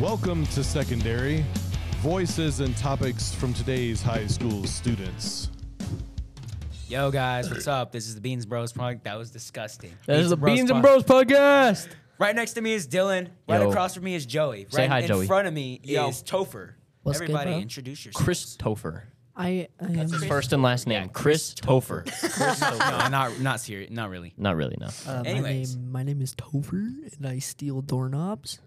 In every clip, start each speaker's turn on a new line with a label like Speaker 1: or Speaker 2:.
Speaker 1: Welcome to Secondary Voices and Topics from Today's High School Students.
Speaker 2: Yo guys, what's up? This is the Beans Bros product. That was disgusting.
Speaker 3: This is the Beans
Speaker 2: Pod-
Speaker 3: and Bros podcast.
Speaker 2: Right next to me is Dylan. Right
Speaker 3: Yo.
Speaker 2: across from me is Joey. Right
Speaker 3: Say hi,
Speaker 2: in
Speaker 3: Joey.
Speaker 2: front of me is Topher.
Speaker 4: What's good,
Speaker 2: Everybody,
Speaker 4: bro?
Speaker 2: introduce yourself.
Speaker 3: Christopher.
Speaker 4: I, I am.
Speaker 3: His first and last name. Chris Topher.
Speaker 2: no, not not serious. Not really.
Speaker 3: Not really, no.
Speaker 4: Uh, my,
Speaker 2: Anyways.
Speaker 4: name, my name is Tover, and I steal doorknobs.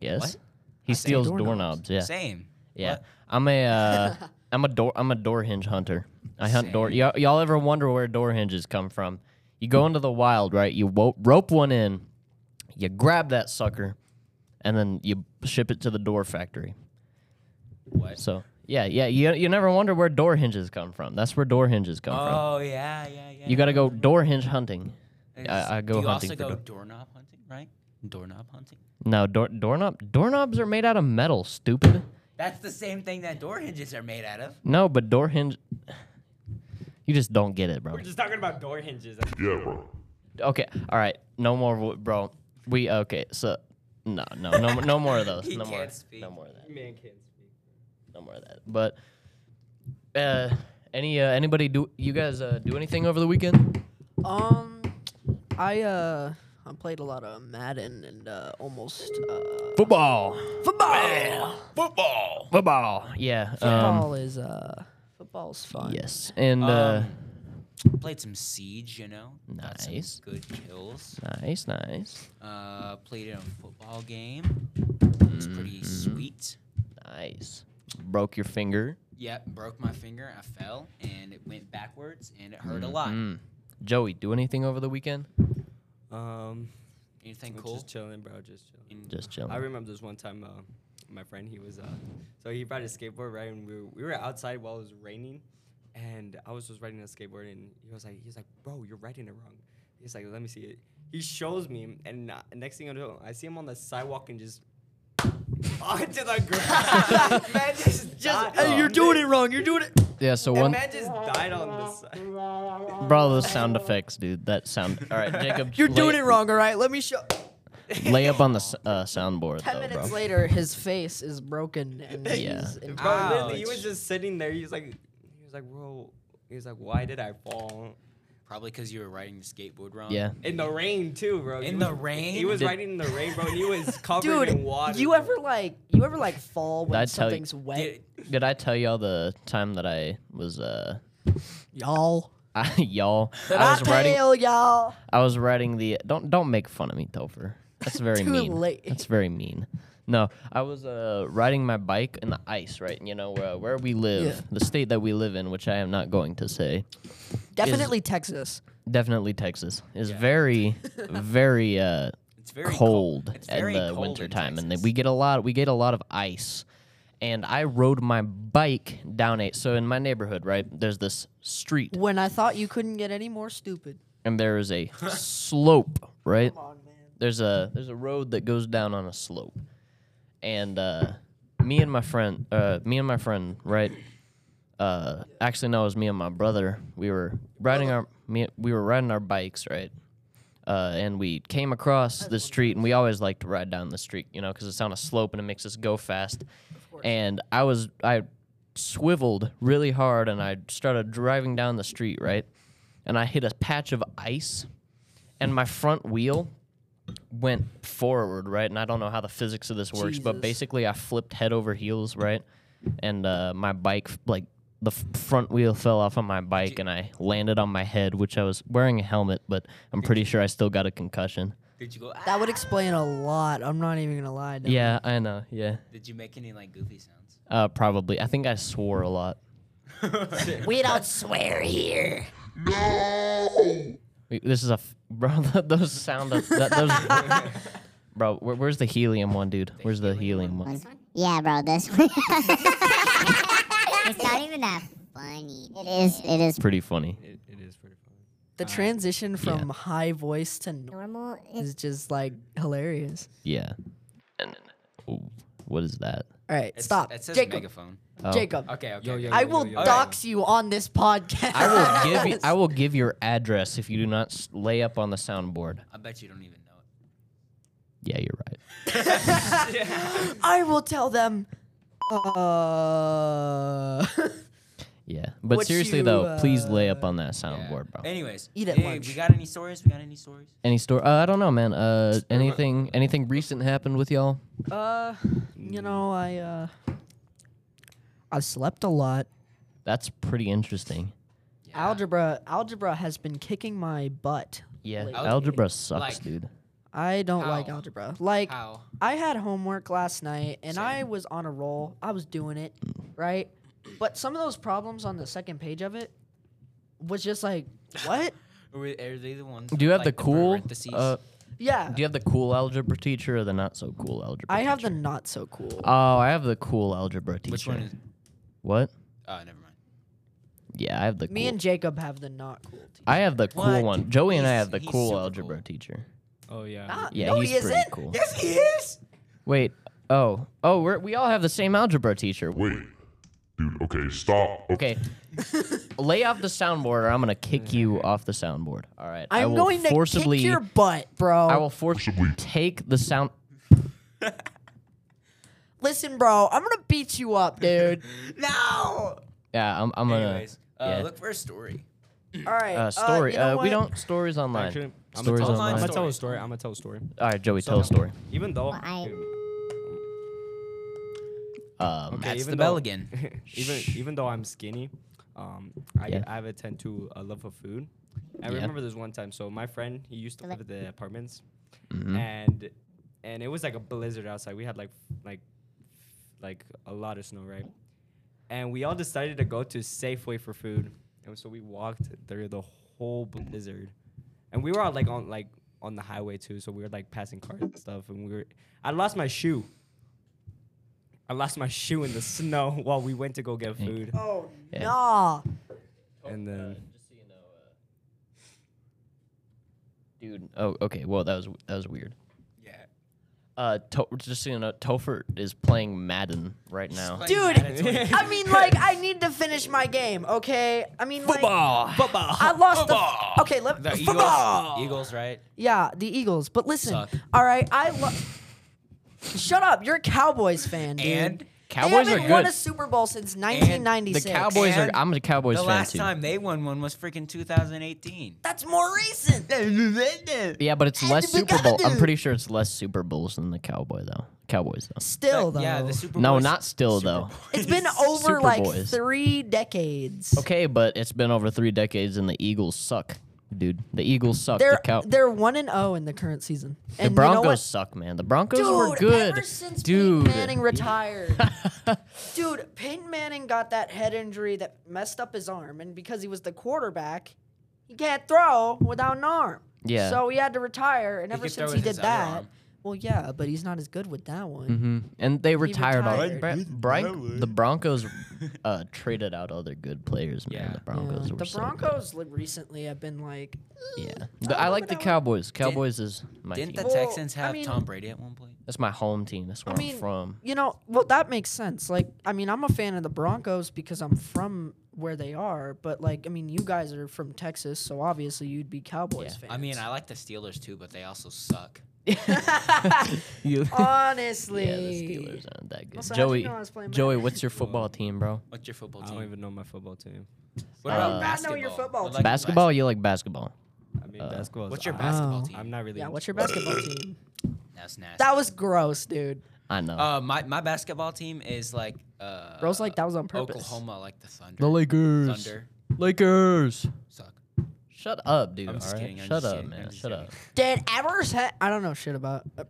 Speaker 3: Yes.
Speaker 2: What?
Speaker 3: He steals
Speaker 4: doorknobs.
Speaker 3: doorknobs. Yeah.
Speaker 2: Same.
Speaker 3: Yeah. I'm a uh, I'm a door I'm a door hinge hunter. I hunt door. Y'all, y'all ever wonder where door hinges come from? You go into the wild, right? You wo- rope one in, you grab that sucker, and then you ship it to the door factory.
Speaker 2: What?
Speaker 3: So yeah, yeah. You you never wonder where door hinges come from. That's where door hinges come from.
Speaker 2: Oh yeah, yeah, yeah.
Speaker 3: You got to go door hinge hunting.
Speaker 2: It's-
Speaker 3: I, I go
Speaker 2: Do you
Speaker 3: hunting
Speaker 2: also
Speaker 3: for
Speaker 2: go
Speaker 3: door-
Speaker 2: doorknob hunting, right? Doorknob hunting.
Speaker 3: No, door doorknob doorknobs are made out of metal, stupid.
Speaker 2: That's the same thing that door hinges are made out of.
Speaker 3: No, but door hinge You just don't get it, bro.
Speaker 5: We're just talking about door hinges.
Speaker 3: Okay. All right. No more wo- bro. We okay. So no, no, no no more of those.
Speaker 2: He
Speaker 3: no more.
Speaker 2: can't speak.
Speaker 3: No more of that.
Speaker 5: Man can't speak.
Speaker 3: No more of that. But uh any uh, anybody do you guys uh, do anything over the weekend?
Speaker 4: Um, I uh, I played a lot of Madden and uh, almost uh,
Speaker 3: Football.
Speaker 4: football.
Speaker 3: Football. Yeah. Um,
Speaker 4: Football is uh, football's fun.
Speaker 3: yes. And
Speaker 5: Um,
Speaker 3: uh
Speaker 2: Played some siege, you know.
Speaker 3: Mm.
Speaker 2: Got some
Speaker 3: Nice.
Speaker 2: good kills.
Speaker 3: nice, nice.
Speaker 2: Uh, played in a football game. It's
Speaker 3: Mm-hmm.
Speaker 2: pretty sweet.
Speaker 3: Nice. Broke your finger.
Speaker 2: Yep, broke my finger. I fell and it went backwards and it hurt a lot.
Speaker 3: Mm-hmm. Joey, do anything over the weekend?
Speaker 5: Um,
Speaker 2: Anything
Speaker 5: I'm
Speaker 2: cool?
Speaker 5: Just chilling, bro. Just chilling.
Speaker 2: In-
Speaker 3: Just chilling.
Speaker 5: I remember this one time, uh, my friend, he was, uh, so he brought his skateboard, right? And we were, we were outside while it was raining. And I was just riding a skateboard, and he was like, he was like, bro, you're riding it wrong. He's like, let me see it. He shows me, and uh, next thing I know, I see him on the sidewalk and just onto the ground. man, just,
Speaker 4: Just,
Speaker 5: died
Speaker 4: hey,
Speaker 5: on
Speaker 4: you're doing
Speaker 5: the-
Speaker 4: it wrong. You're doing it.
Speaker 3: Yeah, so
Speaker 5: And
Speaker 3: one
Speaker 5: man just died on the side.
Speaker 3: bro, those sound effects, dude. That sound All right, Jacob.
Speaker 4: You're
Speaker 3: lay-
Speaker 4: doing it wrong. All right, let me show.
Speaker 3: Lay up on the s- uh, soundboard
Speaker 4: Ten
Speaker 3: though,
Speaker 4: minutes
Speaker 3: bro.
Speaker 4: later, his face is broken and
Speaker 3: Yeah.
Speaker 4: he's in
Speaker 5: Bro, literally, he was
Speaker 2: Ouch.
Speaker 5: just sitting there. He was like, he was like, bro, he was like, why did I fall?
Speaker 2: Probably because you were riding the skateboard wrong.
Speaker 3: Yeah.
Speaker 5: In the rain too, bro. He
Speaker 2: In
Speaker 5: was-
Speaker 2: the rain?
Speaker 5: He was
Speaker 3: Did-
Speaker 5: riding in the rain, bro. And he was covered in
Speaker 4: Dude,
Speaker 5: water.
Speaker 4: you
Speaker 5: bro.
Speaker 4: ever like you ever like fall when
Speaker 3: I tell you-
Speaker 4: something's wet,
Speaker 2: Did,
Speaker 3: Did I tell y'all the time that I was uh
Speaker 4: y'all?
Speaker 3: I, y'all
Speaker 4: Did
Speaker 3: I was
Speaker 4: I
Speaker 3: writing
Speaker 4: tell y'all?
Speaker 3: I was writing the don't don't make fun of me, Topher. That's very
Speaker 4: Too
Speaker 3: mean.
Speaker 4: late.
Speaker 3: That's very mean. No, I was uh, riding my bike in the ice, right? You know uh, where where we live,
Speaker 4: Yeah.
Speaker 3: the state that we live in, which I am not going to say.
Speaker 4: Definitely Texas.
Speaker 3: Definitely Texas is very, very uh,
Speaker 2: it's very
Speaker 3: cold,
Speaker 2: It's
Speaker 3: in
Speaker 2: very
Speaker 3: the
Speaker 2: cold
Speaker 3: winter
Speaker 2: in
Speaker 3: time, and then
Speaker 2: Texas.
Speaker 3: we get a lot. We get a lot of ice, and I rode my bike down a. So in my neighborhood, right, there's this street,
Speaker 4: When I thought you couldn't get any more stupid.
Speaker 3: and there is a slope, right?
Speaker 4: Come on, man.
Speaker 3: There's a there's a road that goes down on a slope, and uh, me and my friend, uh, me and my friend, right. Uh, actually, no, it was me and my brother. We were riding our me, we were riding our bikes, right? uh, and we came across the street, and we always like to ride down the street, you know, because it's on a slope and it makes us go fast. And I was I swiveled really hard, and I started driving down the street, right? And I hit a patch of ice, and my front wheel went forward, right? And I don't know how the physics of this works, but
Speaker 4: Jesus.
Speaker 3: basically I flipped head over heels, right? And uh, my bike like. The f- front wheel fell off on my bike and I landed on my head, which I was wearing a helmet, but I'm pretty sure I still got a concussion.
Speaker 2: Did you go? "Ah!"
Speaker 4: That would explain a lot. I'm not even gonna lie. Dylan.
Speaker 3: Yeah, I know. Yeah,
Speaker 2: Did you make any like goofy sounds?
Speaker 3: uh, probably. I think I swore a lot.
Speaker 4: We don't swear here.
Speaker 3: We- This is a f- bro. th- Those sound of, that, those. bro, where, where's the helium one, dude? Where's the helium one?
Speaker 6: Yeah, bro, this one. it's not even that funny. It is. It is
Speaker 3: Pretty funny.
Speaker 5: It, it is pretty funny.
Speaker 4: The transition from high voice to normal
Speaker 6: normal.
Speaker 4: is just like hilarious.
Speaker 3: Yeah. And ooh, what is that?
Speaker 4: All right, stop.
Speaker 2: It says
Speaker 4: Jacob,
Speaker 2: megaphone.
Speaker 3: Oh.
Speaker 4: Jacob,
Speaker 2: Okay, okay.
Speaker 5: Yo,
Speaker 2: okay.
Speaker 5: yo,
Speaker 4: I will
Speaker 5: yo, yo.
Speaker 4: dox you on this podcast.
Speaker 3: I will give you, I will give your address if you do not s- lay up on the soundboard.
Speaker 2: I bet you don't even know it.
Speaker 3: Yeah, you're right.
Speaker 4: I will tell them. Uh,
Speaker 3: Yeah, but
Speaker 4: What
Speaker 3: seriously
Speaker 4: you,
Speaker 3: though, please lay up
Speaker 4: uh,
Speaker 3: on that soundboard, bro.
Speaker 2: Anyways,
Speaker 4: Eat at
Speaker 2: hey,
Speaker 4: lunch.
Speaker 2: we got any stories? We got any stories?
Speaker 3: Any story? Uh, I don't know, man. Uh, anything? Anything recent happened with y'all?
Speaker 4: uh, you know, I uh, I slept a lot.
Speaker 3: That's pretty interesting.
Speaker 4: Algebra, algebra has been kicking my butt.
Speaker 3: Yeah,
Speaker 4: Like-
Speaker 3: algebra sucks,
Speaker 2: like-
Speaker 3: dude.
Speaker 4: I don't like
Speaker 2: How?
Speaker 4: algebra. Like,
Speaker 2: How?
Speaker 4: I had homework last night and I was on a roll. I was doing it, right? But some of those problems on the second page of it was just like, what?
Speaker 2: Are, we- are they the ones?
Speaker 3: Do you have
Speaker 2: with,
Speaker 3: the
Speaker 2: like,
Speaker 3: cool?
Speaker 2: parentheses?
Speaker 3: uh,
Speaker 4: yeah.
Speaker 3: do you have the cool algebra teacher or the not so cool algebra?
Speaker 4: I have
Speaker 3: teacher?
Speaker 4: the not so cool.
Speaker 3: Oh, I have the cool algebra teacher.
Speaker 2: Which one is?
Speaker 3: What?
Speaker 2: Oh, never mind.
Speaker 3: Yeah, I have the.
Speaker 4: Me
Speaker 3: cool.
Speaker 4: and Jacob have the not cool. Team.
Speaker 3: I have the cool
Speaker 2: What?
Speaker 3: one. Joey and I
Speaker 2: He's-
Speaker 3: have the
Speaker 2: he's
Speaker 3: cool
Speaker 2: super
Speaker 3: algebra
Speaker 2: cool.
Speaker 3: teacher.
Speaker 5: Oh yeah.
Speaker 3: Yeah,
Speaker 4: Ah, no,
Speaker 3: he's
Speaker 4: he
Speaker 3: pretty
Speaker 4: isn't.
Speaker 3: cool.
Speaker 4: Yes, he is.
Speaker 3: Wait. Oh. Oh, we're, we all have the same algebra teacher.
Speaker 7: Wait. Dude, okay, stop.
Speaker 3: Okay. Lay off the soundboard, or I'm gonna kick you off the soundboard. All right. I
Speaker 4: I'm
Speaker 3: will
Speaker 4: going to
Speaker 3: forcibly.
Speaker 4: kick your butt, bro.
Speaker 3: I will forcibly
Speaker 7: Forcibly.
Speaker 3: take the sound.
Speaker 4: Listen, bro, I'm gonna beat you up, dude.
Speaker 2: No.
Speaker 3: Yeah, I'm. I'm gonna.
Speaker 2: Anyways, uh,
Speaker 3: yeah.
Speaker 2: look for a story.
Speaker 4: All right.
Speaker 3: uh, story.
Speaker 4: you know
Speaker 3: Uh, we
Speaker 4: what?
Speaker 3: don't stories online.
Speaker 5: Actually, I'm gonna
Speaker 3: stories
Speaker 5: tell,
Speaker 3: online.
Speaker 5: I'm gonna
Speaker 2: story.
Speaker 5: tell a story. I'm gonna tell a story.
Speaker 3: All right, Joey, tell a story.
Speaker 5: Even though,
Speaker 6: Well, I-
Speaker 3: Um,
Speaker 5: Okay,
Speaker 2: That's
Speaker 5: even
Speaker 2: the
Speaker 5: though-
Speaker 2: bell again.
Speaker 5: even even though I'm skinny, um, I,
Speaker 3: Yeah.
Speaker 5: I have a tend to a love of food. I
Speaker 3: Yeah.
Speaker 5: remember this one time. So my friend, he used to live at the apartments,
Speaker 3: Mhm.
Speaker 5: and and it was like a blizzard outside. We had like like like a lot of snow, right? And we all decided to go to Safeway for food, and so we walked through the whole blizzard, and we were all like on like on the highway too. So we were like passing cars and stuff, and we were. I lost my shoe. I lost my shoe in the snow while we went to go get food,
Speaker 4: Oh
Speaker 3: Yeah.
Speaker 4: nah.
Speaker 5: and then
Speaker 3: Dude. Oh, okay. Well, that was that was weird.
Speaker 2: Yeah.
Speaker 3: Uh, to- just so you know, Topher is playing Madden right now.
Speaker 4: Dude, I mean, like, I need to finish my game, okay? I mean, like,
Speaker 2: Football.
Speaker 4: I lost
Speaker 2: Football.
Speaker 4: the. Okay, let
Speaker 2: The
Speaker 4: football.
Speaker 2: Eagles. Eagles, right?
Speaker 4: Yeah, the Eagles. But listen,
Speaker 2: Suck.
Speaker 4: all right, I lo- shut up. You're a Cowboys fan, dude.
Speaker 2: And
Speaker 3: Cowboys
Speaker 4: they
Speaker 3: are
Speaker 4: haven't won
Speaker 3: good.
Speaker 4: a Super Bowl since 1996.
Speaker 3: The Cowboys are.
Speaker 2: And
Speaker 3: I'm a Cowboys
Speaker 2: the
Speaker 3: fan
Speaker 2: last
Speaker 3: too.
Speaker 2: time they won one was freaking 2018.
Speaker 4: That's more recent.
Speaker 3: Yeah, but it's
Speaker 4: And
Speaker 3: less
Speaker 4: we
Speaker 3: Super Bowl.
Speaker 4: gotta
Speaker 3: I'm
Speaker 4: do-
Speaker 3: pretty sure it's less Super Bowls than the Cowboy though. Cowboys though.
Speaker 4: Still though,
Speaker 2: Yeah, the Super
Speaker 3: No,
Speaker 2: Bowl's-
Speaker 3: not still though.
Speaker 4: it's been over
Speaker 3: Super
Speaker 4: like
Speaker 3: Boys.
Speaker 4: three decades.
Speaker 3: Okay, but it's been over three decades, and the Eagles suck, dude. The Eagles suck.
Speaker 4: They're
Speaker 3: the Cow-
Speaker 4: they're one and zero in the current season.
Speaker 3: the
Speaker 4: And
Speaker 3: Broncos
Speaker 4: you know what?
Speaker 3: suck, man. The Broncos
Speaker 4: Dude,
Speaker 3: were good,
Speaker 4: ever since
Speaker 3: dude.
Speaker 4: Peyton Manning retired. Dude, Peyton Manning got that head injury that messed up his arm, and because he was the quarterback, he can't throw without an arm.
Speaker 3: Yeah.
Speaker 4: So he had to retire, and ever
Speaker 2: could throw
Speaker 4: since he
Speaker 2: with
Speaker 4: did
Speaker 2: his other
Speaker 4: that,
Speaker 2: arm.
Speaker 4: well, yeah, but he's not as good with that one.
Speaker 3: hmm And they retired, all
Speaker 4: retired.
Speaker 3: Bra- Bra- The Broncos uh, traded out other good players, man.
Speaker 2: Yeah.
Speaker 3: The
Speaker 4: Yeah,
Speaker 3: Broncos Oh, were
Speaker 4: the
Speaker 3: so
Speaker 4: Broncos li- recently have been like,
Speaker 3: good. Yeah, The- I like the Cowboys. Cowboys is my team.
Speaker 2: Didn't the
Speaker 4: Well,
Speaker 2: Texans
Speaker 4: I
Speaker 2: have
Speaker 4: mean-
Speaker 2: Tom Brady at one point?
Speaker 3: That's my home team. That's where
Speaker 4: I mean,
Speaker 3: I'm from.
Speaker 4: you know, well, that makes sense. Like, I mean, I'm a fan of the Broncos because I'm from where they are, but like, I mean, you guys are from Texas, so obviously you'd be Cowboys fans.
Speaker 2: I mean, I like the Steelers too, but they also suck.
Speaker 4: Honestly.
Speaker 3: Yeah, the Steelers aren't that good.
Speaker 4: Also, how'd
Speaker 3: Joey,
Speaker 4: you know I was playing
Speaker 3: Joey,
Speaker 4: Madden?
Speaker 3: what's your football team, bro?
Speaker 2: What's your football
Speaker 5: I
Speaker 2: team?
Speaker 5: don't even know my football team.
Speaker 2: What
Speaker 3: Uh,
Speaker 2: about
Speaker 3: I
Speaker 2: basketball?
Speaker 4: know your football
Speaker 2: What
Speaker 4: team.
Speaker 2: about
Speaker 3: Basketball? You like basketball?
Speaker 5: I mean,
Speaker 3: Uh,
Speaker 5: basketball. is-
Speaker 2: What's your
Speaker 5: I-
Speaker 2: basketball
Speaker 4: Oh.
Speaker 2: team?
Speaker 5: I'm not really.
Speaker 4: Yeah,
Speaker 5: into
Speaker 4: what's your
Speaker 5: sports.
Speaker 4: basketball team?
Speaker 2: That's nasty.
Speaker 4: That was gross, dude.
Speaker 3: I know.
Speaker 2: uh, my, my basketball team is like uh,
Speaker 4: Gross like that was on purpose.
Speaker 2: Oklahoma, like the Thunder.
Speaker 3: Lakers.
Speaker 2: Thunder
Speaker 3: Lakers.
Speaker 2: suck.
Speaker 3: Shut up, dude.
Speaker 2: I'm just
Speaker 3: all right?
Speaker 2: kidding, I'm
Speaker 3: Shut
Speaker 2: just
Speaker 3: up,
Speaker 2: kidding,
Speaker 3: man.
Speaker 2: I'm just
Speaker 3: Shut
Speaker 2: kidding.
Speaker 3: up.
Speaker 4: Did ever say I don't know shit about uh,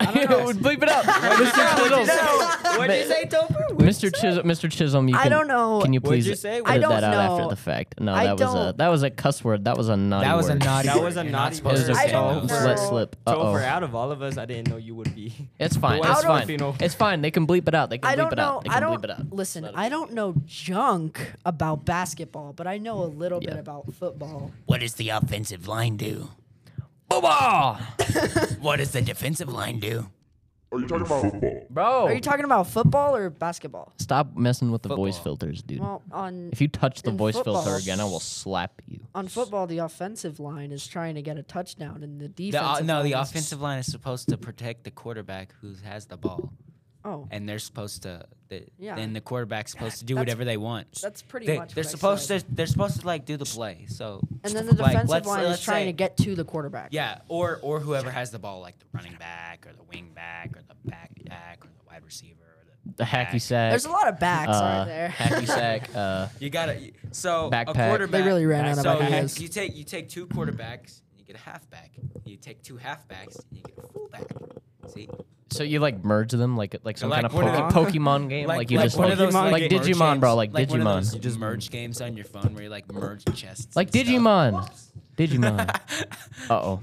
Speaker 3: Bleep it out. Mr. Chisholm.
Speaker 5: What'd you say, Topher?
Speaker 3: Mr. Chisholm. Mr. Chisholm. You
Speaker 4: I
Speaker 3: can,
Speaker 4: don't know.
Speaker 3: Can you
Speaker 5: What'd
Speaker 3: please
Speaker 5: you say?
Speaker 3: edit
Speaker 4: I don't
Speaker 3: that out after
Speaker 4: know.
Speaker 3: the fact? No,
Speaker 4: I
Speaker 3: that was a
Speaker 4: don't-
Speaker 3: that was a cuss word. That was a naughty
Speaker 2: That was a
Speaker 3: word.
Speaker 2: naughty.
Speaker 5: That
Speaker 2: word.
Speaker 5: was a
Speaker 2: You're
Speaker 5: naughty
Speaker 2: not
Speaker 5: word.
Speaker 2: supposed to
Speaker 4: I
Speaker 2: say
Speaker 4: don't
Speaker 2: those.
Speaker 4: know.
Speaker 3: Let slip. Uh
Speaker 5: Topher,
Speaker 3: oh.
Speaker 5: out of all of us, I didn't know you would be.
Speaker 3: It's fine.
Speaker 5: Who
Speaker 3: It's
Speaker 5: else
Speaker 3: fine.
Speaker 5: Filipino?
Speaker 3: It's fine. They can bleep it out. They can
Speaker 4: I
Speaker 3: bleep
Speaker 4: don't
Speaker 3: it
Speaker 4: know.
Speaker 3: out. They
Speaker 4: I
Speaker 3: can bleep
Speaker 4: don't
Speaker 3: it out.
Speaker 4: listen.
Speaker 3: Not a
Speaker 4: I
Speaker 3: big
Speaker 4: don't know junk about basketball, but I know a little
Speaker 3: Yeah.
Speaker 4: bit about football.
Speaker 2: What does the offensive line do?
Speaker 3: Football,
Speaker 2: What does the defensive line do?
Speaker 7: Are you talking about football?
Speaker 4: Are
Speaker 3: bro.
Speaker 4: you talking about football or basketball?
Speaker 3: Stop messing with the voice
Speaker 2: Football.
Speaker 3: filters, dude.
Speaker 4: Well, on
Speaker 3: If you touch the
Speaker 4: In
Speaker 3: voice
Speaker 4: football.
Speaker 3: filter again, I will slap you.
Speaker 4: on football, the offensive line is trying to get a touchdown, and the
Speaker 2: The,
Speaker 4: defense.
Speaker 2: uh, no, the offensive line is supposed to protect the quarterback who has the ball,
Speaker 4: Oh,
Speaker 2: and they're supposed to. The,
Speaker 4: Yeah.
Speaker 2: Then the quarterback's supposed to do
Speaker 4: That's-
Speaker 2: whatever they want.
Speaker 4: that's pretty
Speaker 2: they,
Speaker 4: much.
Speaker 2: They're
Speaker 4: what I
Speaker 2: supposed
Speaker 4: said.
Speaker 2: to. They're supposed to like do the play. So.
Speaker 4: And then the
Speaker 2: like,
Speaker 4: defensive
Speaker 2: let's-
Speaker 4: line is
Speaker 2: let's
Speaker 4: trying
Speaker 2: say-
Speaker 4: to get to the quarterback.
Speaker 2: Yeah, or or whoever has the ball, like the running back or the wing back or the back back or the wide receiver or the,
Speaker 3: The hacky
Speaker 2: back.
Speaker 3: sack.
Speaker 4: There's a lot of backs
Speaker 3: uh,
Speaker 4: right there.
Speaker 3: hacky sack. Uh,
Speaker 2: You gotta you- so a
Speaker 3: Backpack. They
Speaker 2: quarterback.
Speaker 4: really ran out of
Speaker 2: so
Speaker 4: ideas.
Speaker 2: You, you take you take two quarterbacks, and you get a halfback. You take two halfbacks, and you get a fullback. See,
Speaker 3: so you like merge them like like some
Speaker 2: Like
Speaker 3: kind
Speaker 2: one
Speaker 3: of
Speaker 2: of
Speaker 3: po- Pokemon game, like, you just
Speaker 2: one
Speaker 3: like,
Speaker 2: of those,
Speaker 3: like,
Speaker 2: merge
Speaker 3: Digimon, bro,
Speaker 2: games,
Speaker 3: like,
Speaker 2: one of those
Speaker 3: Digimon,
Speaker 2: you just merge games on your phone where you like merge chests,
Speaker 3: like
Speaker 2: and stuff.
Speaker 3: Digimon, Digimon. Uh oh.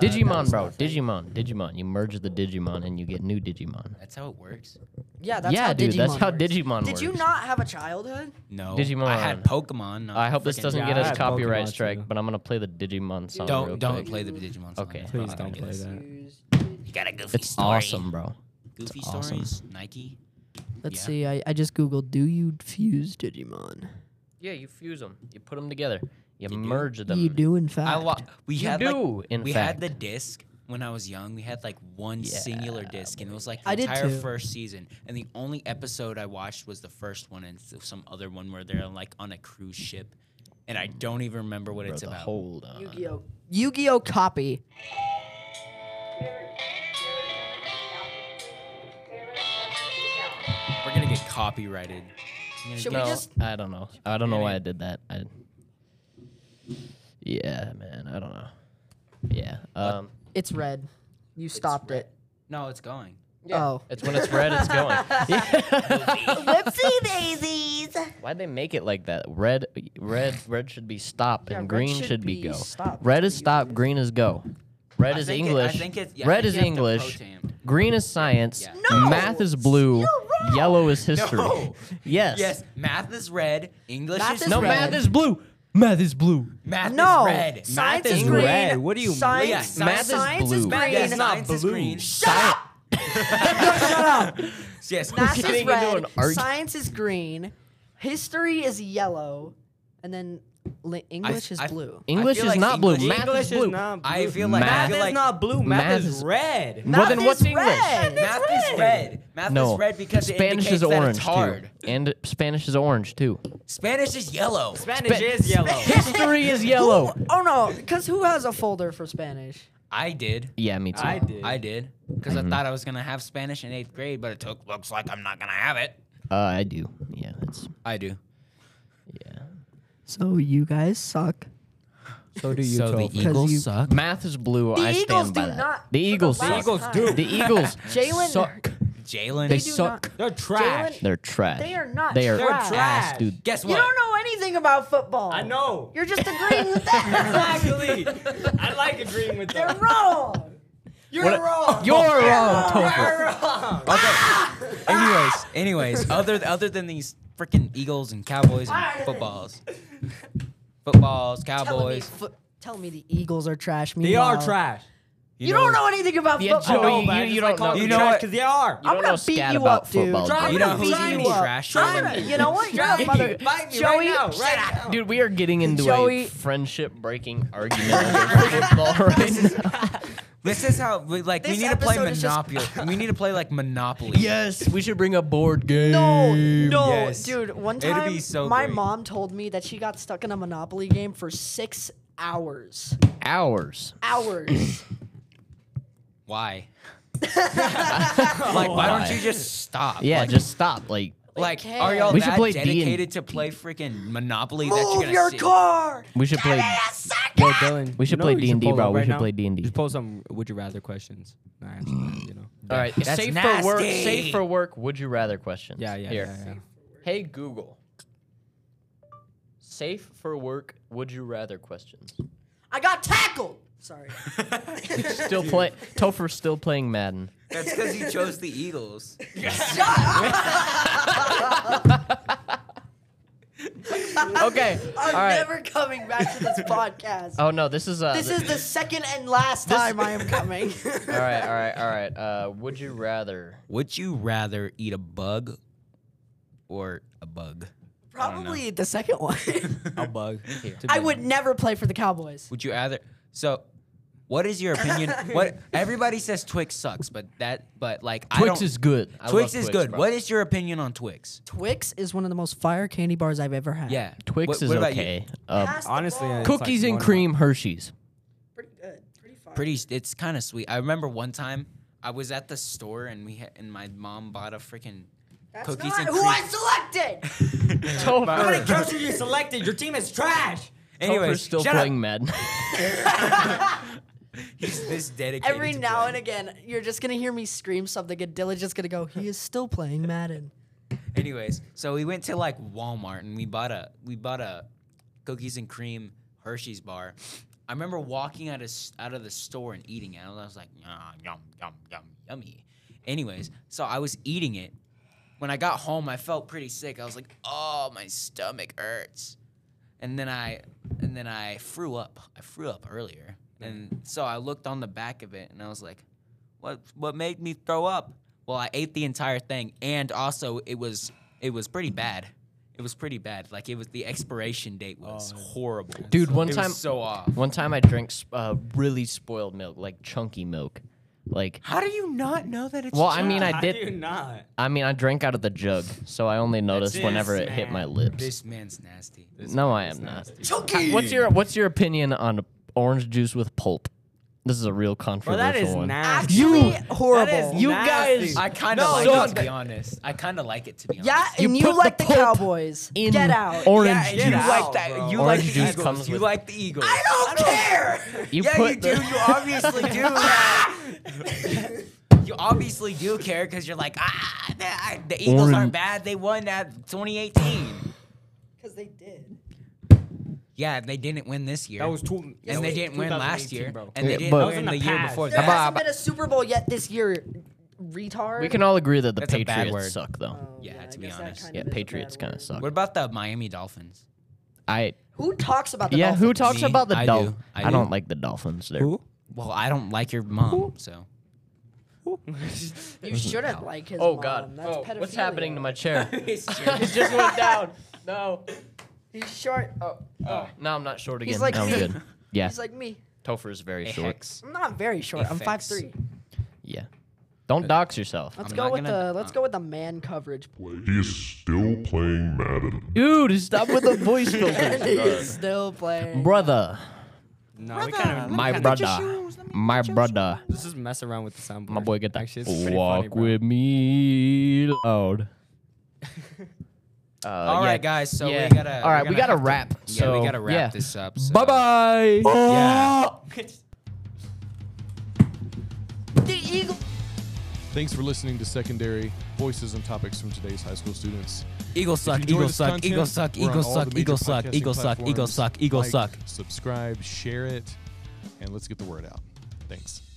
Speaker 3: Digimon, bro. Digimon, Digimon. You merge the Digimon and you get new Digimon.
Speaker 2: That's how it works.
Speaker 4: Yeah, that's
Speaker 3: yeah,
Speaker 4: how
Speaker 3: dude. that's
Speaker 4: Digimon
Speaker 3: how
Speaker 4: works.
Speaker 3: Digimon
Speaker 4: Did
Speaker 3: works.
Speaker 4: you not have a childhood?
Speaker 2: No,
Speaker 3: Digimon.
Speaker 2: I had Pokemon. not
Speaker 3: I hope this
Speaker 2: frickin'
Speaker 3: doesn't
Speaker 2: Digimon.
Speaker 3: get
Speaker 5: I
Speaker 3: us
Speaker 5: had
Speaker 3: copyright
Speaker 5: Pokemon
Speaker 3: strike,
Speaker 5: too.
Speaker 3: but I'm gonna play the Digimon song. real
Speaker 2: Don't don't
Speaker 3: quick.
Speaker 2: play the Digimon. Song
Speaker 3: Okay.
Speaker 2: It's
Speaker 5: Please
Speaker 2: not
Speaker 5: don't
Speaker 2: gonna
Speaker 5: play
Speaker 2: get us.
Speaker 5: that.
Speaker 2: You got a goofy
Speaker 3: It's awesome, bro.
Speaker 2: Goofy
Speaker 3: awesome.
Speaker 2: stories. Nike.
Speaker 4: Let's
Speaker 2: Yeah.
Speaker 4: see. I, I just googled, do you fuse Digimon?
Speaker 3: Yeah, you fuse them. You put them together. You, merge them.
Speaker 4: You do, in fact.
Speaker 2: I wa- we
Speaker 3: You
Speaker 2: had
Speaker 3: do,
Speaker 2: like
Speaker 3: in
Speaker 2: we
Speaker 3: fact.
Speaker 2: had the disc when I was young. We had like one singular disc, and it was like the
Speaker 4: I did
Speaker 2: entire
Speaker 4: too.
Speaker 2: first season. And the only episode I watched was the first one, and s- some other one where they're like on a cruise ship, and I don't even remember what it's
Speaker 3: Brother,
Speaker 2: about.
Speaker 3: Hold on.
Speaker 4: Yu-Gi-Oh. Yu-Gi-Oh copy.
Speaker 2: We're gonna get copyrighted.
Speaker 4: Should
Speaker 3: no,
Speaker 4: we just?
Speaker 3: I don't know. I don't know why I did that. I. Yeah, man. I don't know. Yeah. Um.
Speaker 4: It's red. You stopped it.
Speaker 2: No, it's going.
Speaker 4: Oh.
Speaker 3: It's when it's red, it's going.
Speaker 6: Whoopsie daisies.
Speaker 3: Why'd they make it like that? Red, red, red should be stop,
Speaker 4: Yeah,
Speaker 3: and
Speaker 4: red
Speaker 3: green
Speaker 4: should
Speaker 3: should, be,
Speaker 4: be
Speaker 3: go.
Speaker 4: stop.
Speaker 3: Red is stop, green is go. Red is
Speaker 2: think it- I
Speaker 3: English.
Speaker 2: think it's- yeah, I
Speaker 3: red
Speaker 2: think
Speaker 3: is
Speaker 2: you have to
Speaker 3: English.
Speaker 2: potam.
Speaker 3: Green is science.
Speaker 2: Yeah.
Speaker 3: Math is blue. Yellow is history.
Speaker 2: No.
Speaker 3: Yes.
Speaker 2: Yes, math is red. English
Speaker 4: Math
Speaker 2: is
Speaker 4: is
Speaker 3: No,
Speaker 2: blue,
Speaker 4: red.
Speaker 3: math is blue. Math is blue.
Speaker 2: Math
Speaker 4: No.
Speaker 2: is red.
Speaker 4: Science
Speaker 2: math
Speaker 4: is
Speaker 2: is
Speaker 4: green.
Speaker 5: red. What do you mean?
Speaker 4: Science,
Speaker 2: Yeah,
Speaker 4: science,
Speaker 2: science
Speaker 3: is
Speaker 4: is
Speaker 3: blue.
Speaker 4: green.
Speaker 2: Yes, science
Speaker 5: not
Speaker 2: is
Speaker 5: blue.
Speaker 2: green.
Speaker 4: Shut up.
Speaker 2: Yes,
Speaker 4: Math is
Speaker 3: getting into
Speaker 4: red.
Speaker 3: an argument.
Speaker 4: Science is green. History is yellow, and then li-
Speaker 2: I-
Speaker 4: English is
Speaker 2: I-
Speaker 4: blue.
Speaker 2: I
Speaker 3: English
Speaker 2: feel
Speaker 3: is
Speaker 2: like
Speaker 3: not blue.
Speaker 2: English-
Speaker 3: Math
Speaker 5: English
Speaker 3: is blue.
Speaker 5: is not blue.
Speaker 2: I feel like
Speaker 3: Math
Speaker 2: I
Speaker 5: Math
Speaker 2: feel
Speaker 5: is
Speaker 2: like
Speaker 5: not blue. Math,
Speaker 3: math
Speaker 5: is,
Speaker 3: is-
Speaker 5: red.
Speaker 3: Well, then
Speaker 4: Math
Speaker 3: what's
Speaker 4: is
Speaker 3: English?
Speaker 4: red.
Speaker 2: Math is red. Math
Speaker 3: No.
Speaker 2: is red because it
Speaker 3: Spanish
Speaker 2: indicates
Speaker 3: is
Speaker 2: that
Speaker 3: orange
Speaker 2: it's hard.
Speaker 3: too, and Spanish is orange too.
Speaker 2: Spanish is yellow.
Speaker 5: Spanish is yellow.
Speaker 3: History is yellow.
Speaker 4: Who- oh no, because who has a folder for Spanish?
Speaker 2: I did.
Speaker 3: Yeah, me too.
Speaker 5: I did.
Speaker 2: I did. Because
Speaker 3: Mm-hmm.
Speaker 2: I thought I was gonna have Spanish in eighth grade, but it took looks like I'm not gonna have it.
Speaker 3: Uh, I do. Yeah, that's
Speaker 2: I do.
Speaker 3: yeah.
Speaker 4: So you guys suck.
Speaker 5: So do
Speaker 2: So the
Speaker 5: Topher.
Speaker 2: Eagles
Speaker 4: you-
Speaker 2: suck.
Speaker 3: Math is blue.
Speaker 4: The
Speaker 3: I stand
Speaker 4: Eagles
Speaker 3: by
Speaker 4: do
Speaker 3: that.
Speaker 4: not-
Speaker 3: The
Speaker 4: for the
Speaker 3: Eagles.
Speaker 4: last
Speaker 3: suck.
Speaker 5: Eagles
Speaker 4: time.
Speaker 5: do.
Speaker 3: The Eagles.
Speaker 4: Jalen-
Speaker 3: suck.
Speaker 2: Jalen.
Speaker 3: They
Speaker 4: do
Speaker 3: suck.
Speaker 4: not-
Speaker 5: They're trash.
Speaker 4: Jalen-
Speaker 3: They're trash.
Speaker 4: They are not
Speaker 3: They are
Speaker 4: They're
Speaker 5: trash.
Speaker 3: ass, dude.
Speaker 2: Guess
Speaker 4: You
Speaker 2: what?
Speaker 4: don't know anything about football.
Speaker 5: I know.
Speaker 4: You're just agreeing with that.
Speaker 5: Exactly. I like agreeing with
Speaker 4: You're
Speaker 5: them.
Speaker 4: wrong.
Speaker 5: You're wrong.
Speaker 3: You're wrong, Topher.
Speaker 5: You're wrong.
Speaker 2: Anyways, anyways, other other than these freaking Eagles and Cowboys and footballs, footballs,
Speaker 4: Telling me,
Speaker 2: Cowboys.
Speaker 4: fo- tell me the Eagles are trash.
Speaker 5: They
Speaker 4: meanwhile.
Speaker 5: are trash.
Speaker 4: You, don't know anything about
Speaker 3: Yeah,
Speaker 4: football.
Speaker 3: Joey,
Speaker 5: No, but I
Speaker 3: you-
Speaker 5: just
Speaker 3: you
Speaker 5: like
Speaker 3: don't
Speaker 5: calling
Speaker 3: know-
Speaker 5: them
Speaker 2: You know
Speaker 5: trash
Speaker 2: what?
Speaker 5: Because they are.
Speaker 3: You
Speaker 4: I'm
Speaker 3: don't
Speaker 4: gonna
Speaker 3: know
Speaker 4: beat
Speaker 3: scat
Speaker 4: you
Speaker 3: about
Speaker 4: up, dude.
Speaker 3: football.
Speaker 4: Try
Speaker 3: Joey.
Speaker 2: You know who's
Speaker 4: Try
Speaker 2: eating
Speaker 4: you up.
Speaker 2: trash?
Speaker 4: Try to- you know what? You're a mother.
Speaker 5: Bite me
Speaker 4: Joey,
Speaker 5: right now. Right now.
Speaker 3: Dude, we are getting into
Speaker 4: Joey-
Speaker 3: a friendship-breaking argument over football right now.
Speaker 2: This is how we like.
Speaker 4: This
Speaker 2: we need to play
Speaker 4: episode is just-
Speaker 2: Monopoly. we need to play like Monopoly.
Speaker 3: Yes, we should bring a board game.
Speaker 4: No, no,
Speaker 2: Yes.
Speaker 4: dude. One
Speaker 2: It'd
Speaker 4: time,
Speaker 2: be so
Speaker 4: my
Speaker 2: great.
Speaker 4: mom told me that she got stuck in a Monopoly game for six hours.
Speaker 3: Hours.
Speaker 4: Hours.
Speaker 2: Why? like, why don't you just stop?
Speaker 3: Yeah,
Speaker 2: like,
Speaker 3: just stop. Like,
Speaker 2: like
Speaker 4: can't.
Speaker 2: are y'all
Speaker 3: We should
Speaker 2: that
Speaker 3: play D and-
Speaker 2: dedicated to play freaking Monopoly that you're
Speaker 4: Move
Speaker 2: gonna
Speaker 4: your
Speaker 2: sit-
Speaker 4: car.
Speaker 3: we should play.
Speaker 5: Yo, Dylan.
Speaker 3: We should
Speaker 5: you know
Speaker 3: play
Speaker 5: what you
Speaker 3: D&D,
Speaker 5: pull
Speaker 3: bro.
Speaker 5: up
Speaker 3: We
Speaker 5: right
Speaker 3: should
Speaker 5: now?
Speaker 3: play D&D.
Speaker 5: Just pull some would you rather questions. Nah, I understand, you know.
Speaker 3: All right,
Speaker 2: That's
Speaker 3: safe for work.
Speaker 2: nasty.
Speaker 3: Safe for work. Would you rather questions?
Speaker 5: Yeah, yeah,
Speaker 3: Here.
Speaker 5: yeah, yeah.
Speaker 3: Hey Google. Safe for work. Would you rather questions?
Speaker 4: I got tackled. Sorry.
Speaker 3: Still play. Topher's still playing Madden.
Speaker 2: That's because you chose the Eagles.
Speaker 3: Okay.
Speaker 4: I'm
Speaker 3: all right.
Speaker 4: never coming back to this podcast.
Speaker 3: Oh no, this is uh.
Speaker 4: this
Speaker 3: th-
Speaker 4: is the second and last time I am coming.
Speaker 3: all right, all right, all right. Uh, would you rather?
Speaker 2: Would you rather eat a bug or a bug?
Speaker 4: Probably the second one.
Speaker 5: I'll bug. Here.
Speaker 4: I would never play for the Cowboys.
Speaker 2: Would you rather? So, what is your opinion? what everybody says Twix sucks, but that, but like I
Speaker 3: Twix
Speaker 2: don't.
Speaker 3: is good. I
Speaker 2: Twix
Speaker 3: love
Speaker 2: is good.
Speaker 3: bro.
Speaker 2: What is your opinion on Twix?
Speaker 4: Twix is one of the most fire candy bars I've ever had.
Speaker 2: Yeah,
Speaker 3: Twix
Speaker 2: What-
Speaker 3: is
Speaker 2: what about you?
Speaker 3: okay. Uh,
Speaker 4: Pass the
Speaker 5: Honestly,
Speaker 4: ball.
Speaker 5: I-
Speaker 3: cookies
Speaker 5: It's like
Speaker 3: and
Speaker 5: one-
Speaker 3: cream Hershey's.
Speaker 4: pretty good, pretty fire.
Speaker 2: Pretty. It's kind of sweet. I remember one time I was at the store and we ha- and my mom bought a freaking
Speaker 4: That's
Speaker 2: cookies
Speaker 4: not
Speaker 2: and
Speaker 4: who
Speaker 2: cream.
Speaker 4: I selected.
Speaker 5: How many girls have you selected? Your team is trash.
Speaker 2: Anyways,
Speaker 3: still
Speaker 2: shut
Speaker 3: playing
Speaker 2: up.
Speaker 3: Madden.
Speaker 2: He's this dedicated.
Speaker 4: Every
Speaker 2: to
Speaker 4: now and
Speaker 2: playing.
Speaker 4: again, you're just gonna hear me scream something, and Dylan's just gonna go, "He is still playing Madden."
Speaker 2: Anyways, so we went to like Walmart and we bought a we bought a cookies and cream Hershey's bar. I remember walking out of s- out of the store and eating it. And I was like, "Ah, yum yum yum yummy. Anyways, so I was eating it. When I got home, I felt pretty sick. I was like, oh, my stomach hurts. And then I and then I threw up. I threw up earlier. And so I looked on the back of it and I was like, what what made me throw up? Well, I ate the entire thing, and also it was it was pretty bad. It was pretty bad. Like it was the expiration date was horrible.
Speaker 3: Dude, one
Speaker 2: it
Speaker 3: time-
Speaker 2: was so off.
Speaker 3: One time I drank s- uh, really spoiled milk, like chunky milk. Like,
Speaker 2: How do you not know that it's?
Speaker 3: well, I mean, I
Speaker 5: How do you
Speaker 3: did.
Speaker 5: not?
Speaker 3: I mean, I drank out of the jug, so I only noticed
Speaker 5: it.
Speaker 3: whenever
Speaker 5: This
Speaker 3: it hit my
Speaker 5: man.
Speaker 3: lips.
Speaker 2: this man's nasty.
Speaker 3: No, I am not. What's your What's your opinion on orange juice with pulp? This is a real
Speaker 5: Bro,
Speaker 3: controversial
Speaker 5: that is
Speaker 3: one.
Speaker 5: nasty.
Speaker 4: Actually,
Speaker 3: that
Speaker 4: horrible.
Speaker 5: is
Speaker 3: you
Speaker 5: nasty.
Speaker 3: guys-
Speaker 2: I kind of
Speaker 3: No,
Speaker 2: like
Speaker 3: so-
Speaker 2: it to be honest. I kind of like it to be honest.
Speaker 4: yeah,
Speaker 3: You
Speaker 4: and
Speaker 3: put
Speaker 4: you
Speaker 3: the
Speaker 4: like the,
Speaker 3: pulp
Speaker 4: Cowboys.
Speaker 3: in
Speaker 4: Get out.
Speaker 3: orange
Speaker 2: Yeah,
Speaker 3: juice.
Speaker 2: you like
Speaker 5: out,
Speaker 2: that.
Speaker 5: bro.
Speaker 2: You like
Speaker 3: Orange
Speaker 2: the
Speaker 3: juice
Speaker 2: Eagles.
Speaker 3: comes
Speaker 2: you
Speaker 3: with-
Speaker 2: like the Eagles.
Speaker 4: I don't care.
Speaker 3: You
Speaker 2: yeah,
Speaker 3: put
Speaker 2: you
Speaker 3: the-
Speaker 2: do. You obviously do. you obviously do care because you're like, ah, the, I, the Eagles
Speaker 3: Oran-
Speaker 2: aren't bad. They won that 2018.
Speaker 4: Because they did.
Speaker 2: Yeah, they didn't win this year.
Speaker 5: That was two. that
Speaker 2: and they
Speaker 5: was
Speaker 2: didn't win last
Speaker 5: 2018,
Speaker 2: year.
Speaker 5: bro.
Speaker 2: And they
Speaker 3: Yeah,
Speaker 2: didn't
Speaker 3: but- That was
Speaker 2: win
Speaker 5: in
Speaker 2: the,
Speaker 5: the
Speaker 2: year
Speaker 5: past.
Speaker 2: before.
Speaker 4: There
Speaker 2: that.
Speaker 4: hasn't been a Super Bowl yet this year, retard.
Speaker 3: We can all agree that the
Speaker 2: That's a bad
Speaker 3: Patriots
Speaker 2: word.
Speaker 3: suck, though.
Speaker 4: Oh,
Speaker 2: Yeah,
Speaker 4: I
Speaker 2: to be
Speaker 4: guess that
Speaker 2: honest.
Speaker 4: kind
Speaker 3: yeah,
Speaker 4: is a
Speaker 3: Patriots
Speaker 4: bad
Speaker 3: kind of
Speaker 4: word.
Speaker 3: suck.
Speaker 2: What about the Miami Dolphins?
Speaker 3: I
Speaker 4: Who talks about the
Speaker 3: yeah. Who
Speaker 4: Dolphins?
Speaker 3: talks
Speaker 2: Me?
Speaker 3: about the
Speaker 2: I do.
Speaker 3: Dolphins?
Speaker 2: I
Speaker 3: I,
Speaker 2: do.
Speaker 3: don't like the Dolphins. They're
Speaker 2: Well, I don't like your mom, so
Speaker 4: You shouldn't like his
Speaker 3: Oh
Speaker 4: mom.
Speaker 3: God!
Speaker 4: That's
Speaker 3: Oh, what's
Speaker 4: pedophilia.
Speaker 3: happening to my chair?
Speaker 2: I
Speaker 3: it just went down. No.
Speaker 4: He's short. Oh,
Speaker 3: Oh, now I'm not short again.
Speaker 4: He's like
Speaker 3: Now I'm
Speaker 4: me.
Speaker 3: good. Yeah.
Speaker 4: he's like me.
Speaker 3: Topher is very short.
Speaker 2: Hex.
Speaker 4: I'm not very short. I'm
Speaker 2: Apex.
Speaker 4: five three.
Speaker 3: Yeah.
Speaker 2: Uh,
Speaker 3: Don't dox yourself.
Speaker 4: Let's
Speaker 2: I'm
Speaker 4: go
Speaker 2: not
Speaker 4: with
Speaker 2: gonna-
Speaker 4: the
Speaker 3: uh.
Speaker 4: let's go with the man coverage.
Speaker 7: He is still playing Madden.
Speaker 3: Dude, stop with the voice filter.
Speaker 4: He's still playing.
Speaker 3: brother.
Speaker 5: No, we kind of.
Speaker 3: My brother. My brother.
Speaker 5: Let's just mess around with the soundboard.
Speaker 3: My boy get that.
Speaker 5: Actually, it's pretty
Speaker 3: Walk
Speaker 5: funny, bro.
Speaker 3: with me loud. Uh,
Speaker 2: All right,
Speaker 3: yeah.
Speaker 2: guys. So
Speaker 3: Yeah.
Speaker 2: we gotta.
Speaker 3: All right,
Speaker 2: we're
Speaker 3: we
Speaker 2: gonna
Speaker 3: gotta
Speaker 2: have to-
Speaker 3: wrap,
Speaker 2: Yeah,
Speaker 3: so,
Speaker 2: we gotta wrap
Speaker 3: yeah.
Speaker 2: this up. so-
Speaker 3: Bye bye.
Speaker 2: Yeah.
Speaker 4: The Eagle.
Speaker 1: Thanks for listening to Secondary Voices and Topics from today's high school students.
Speaker 2: Eagles
Speaker 1: If you
Speaker 2: suck.
Speaker 1: enjoyed
Speaker 2: Eagles
Speaker 1: this
Speaker 2: suck.
Speaker 1: content,
Speaker 2: Eagles suck.
Speaker 1: we're on
Speaker 2: Eagles
Speaker 1: all the
Speaker 2: suck.
Speaker 1: major
Speaker 2: Eagles suck.
Speaker 1: podcasting
Speaker 2: Eagles suck. Eagles
Speaker 1: platforms.
Speaker 2: suck. Eagles
Speaker 1: Like,
Speaker 2: suck.
Speaker 1: Subscribe, share it, and let's get the word out. Thanks.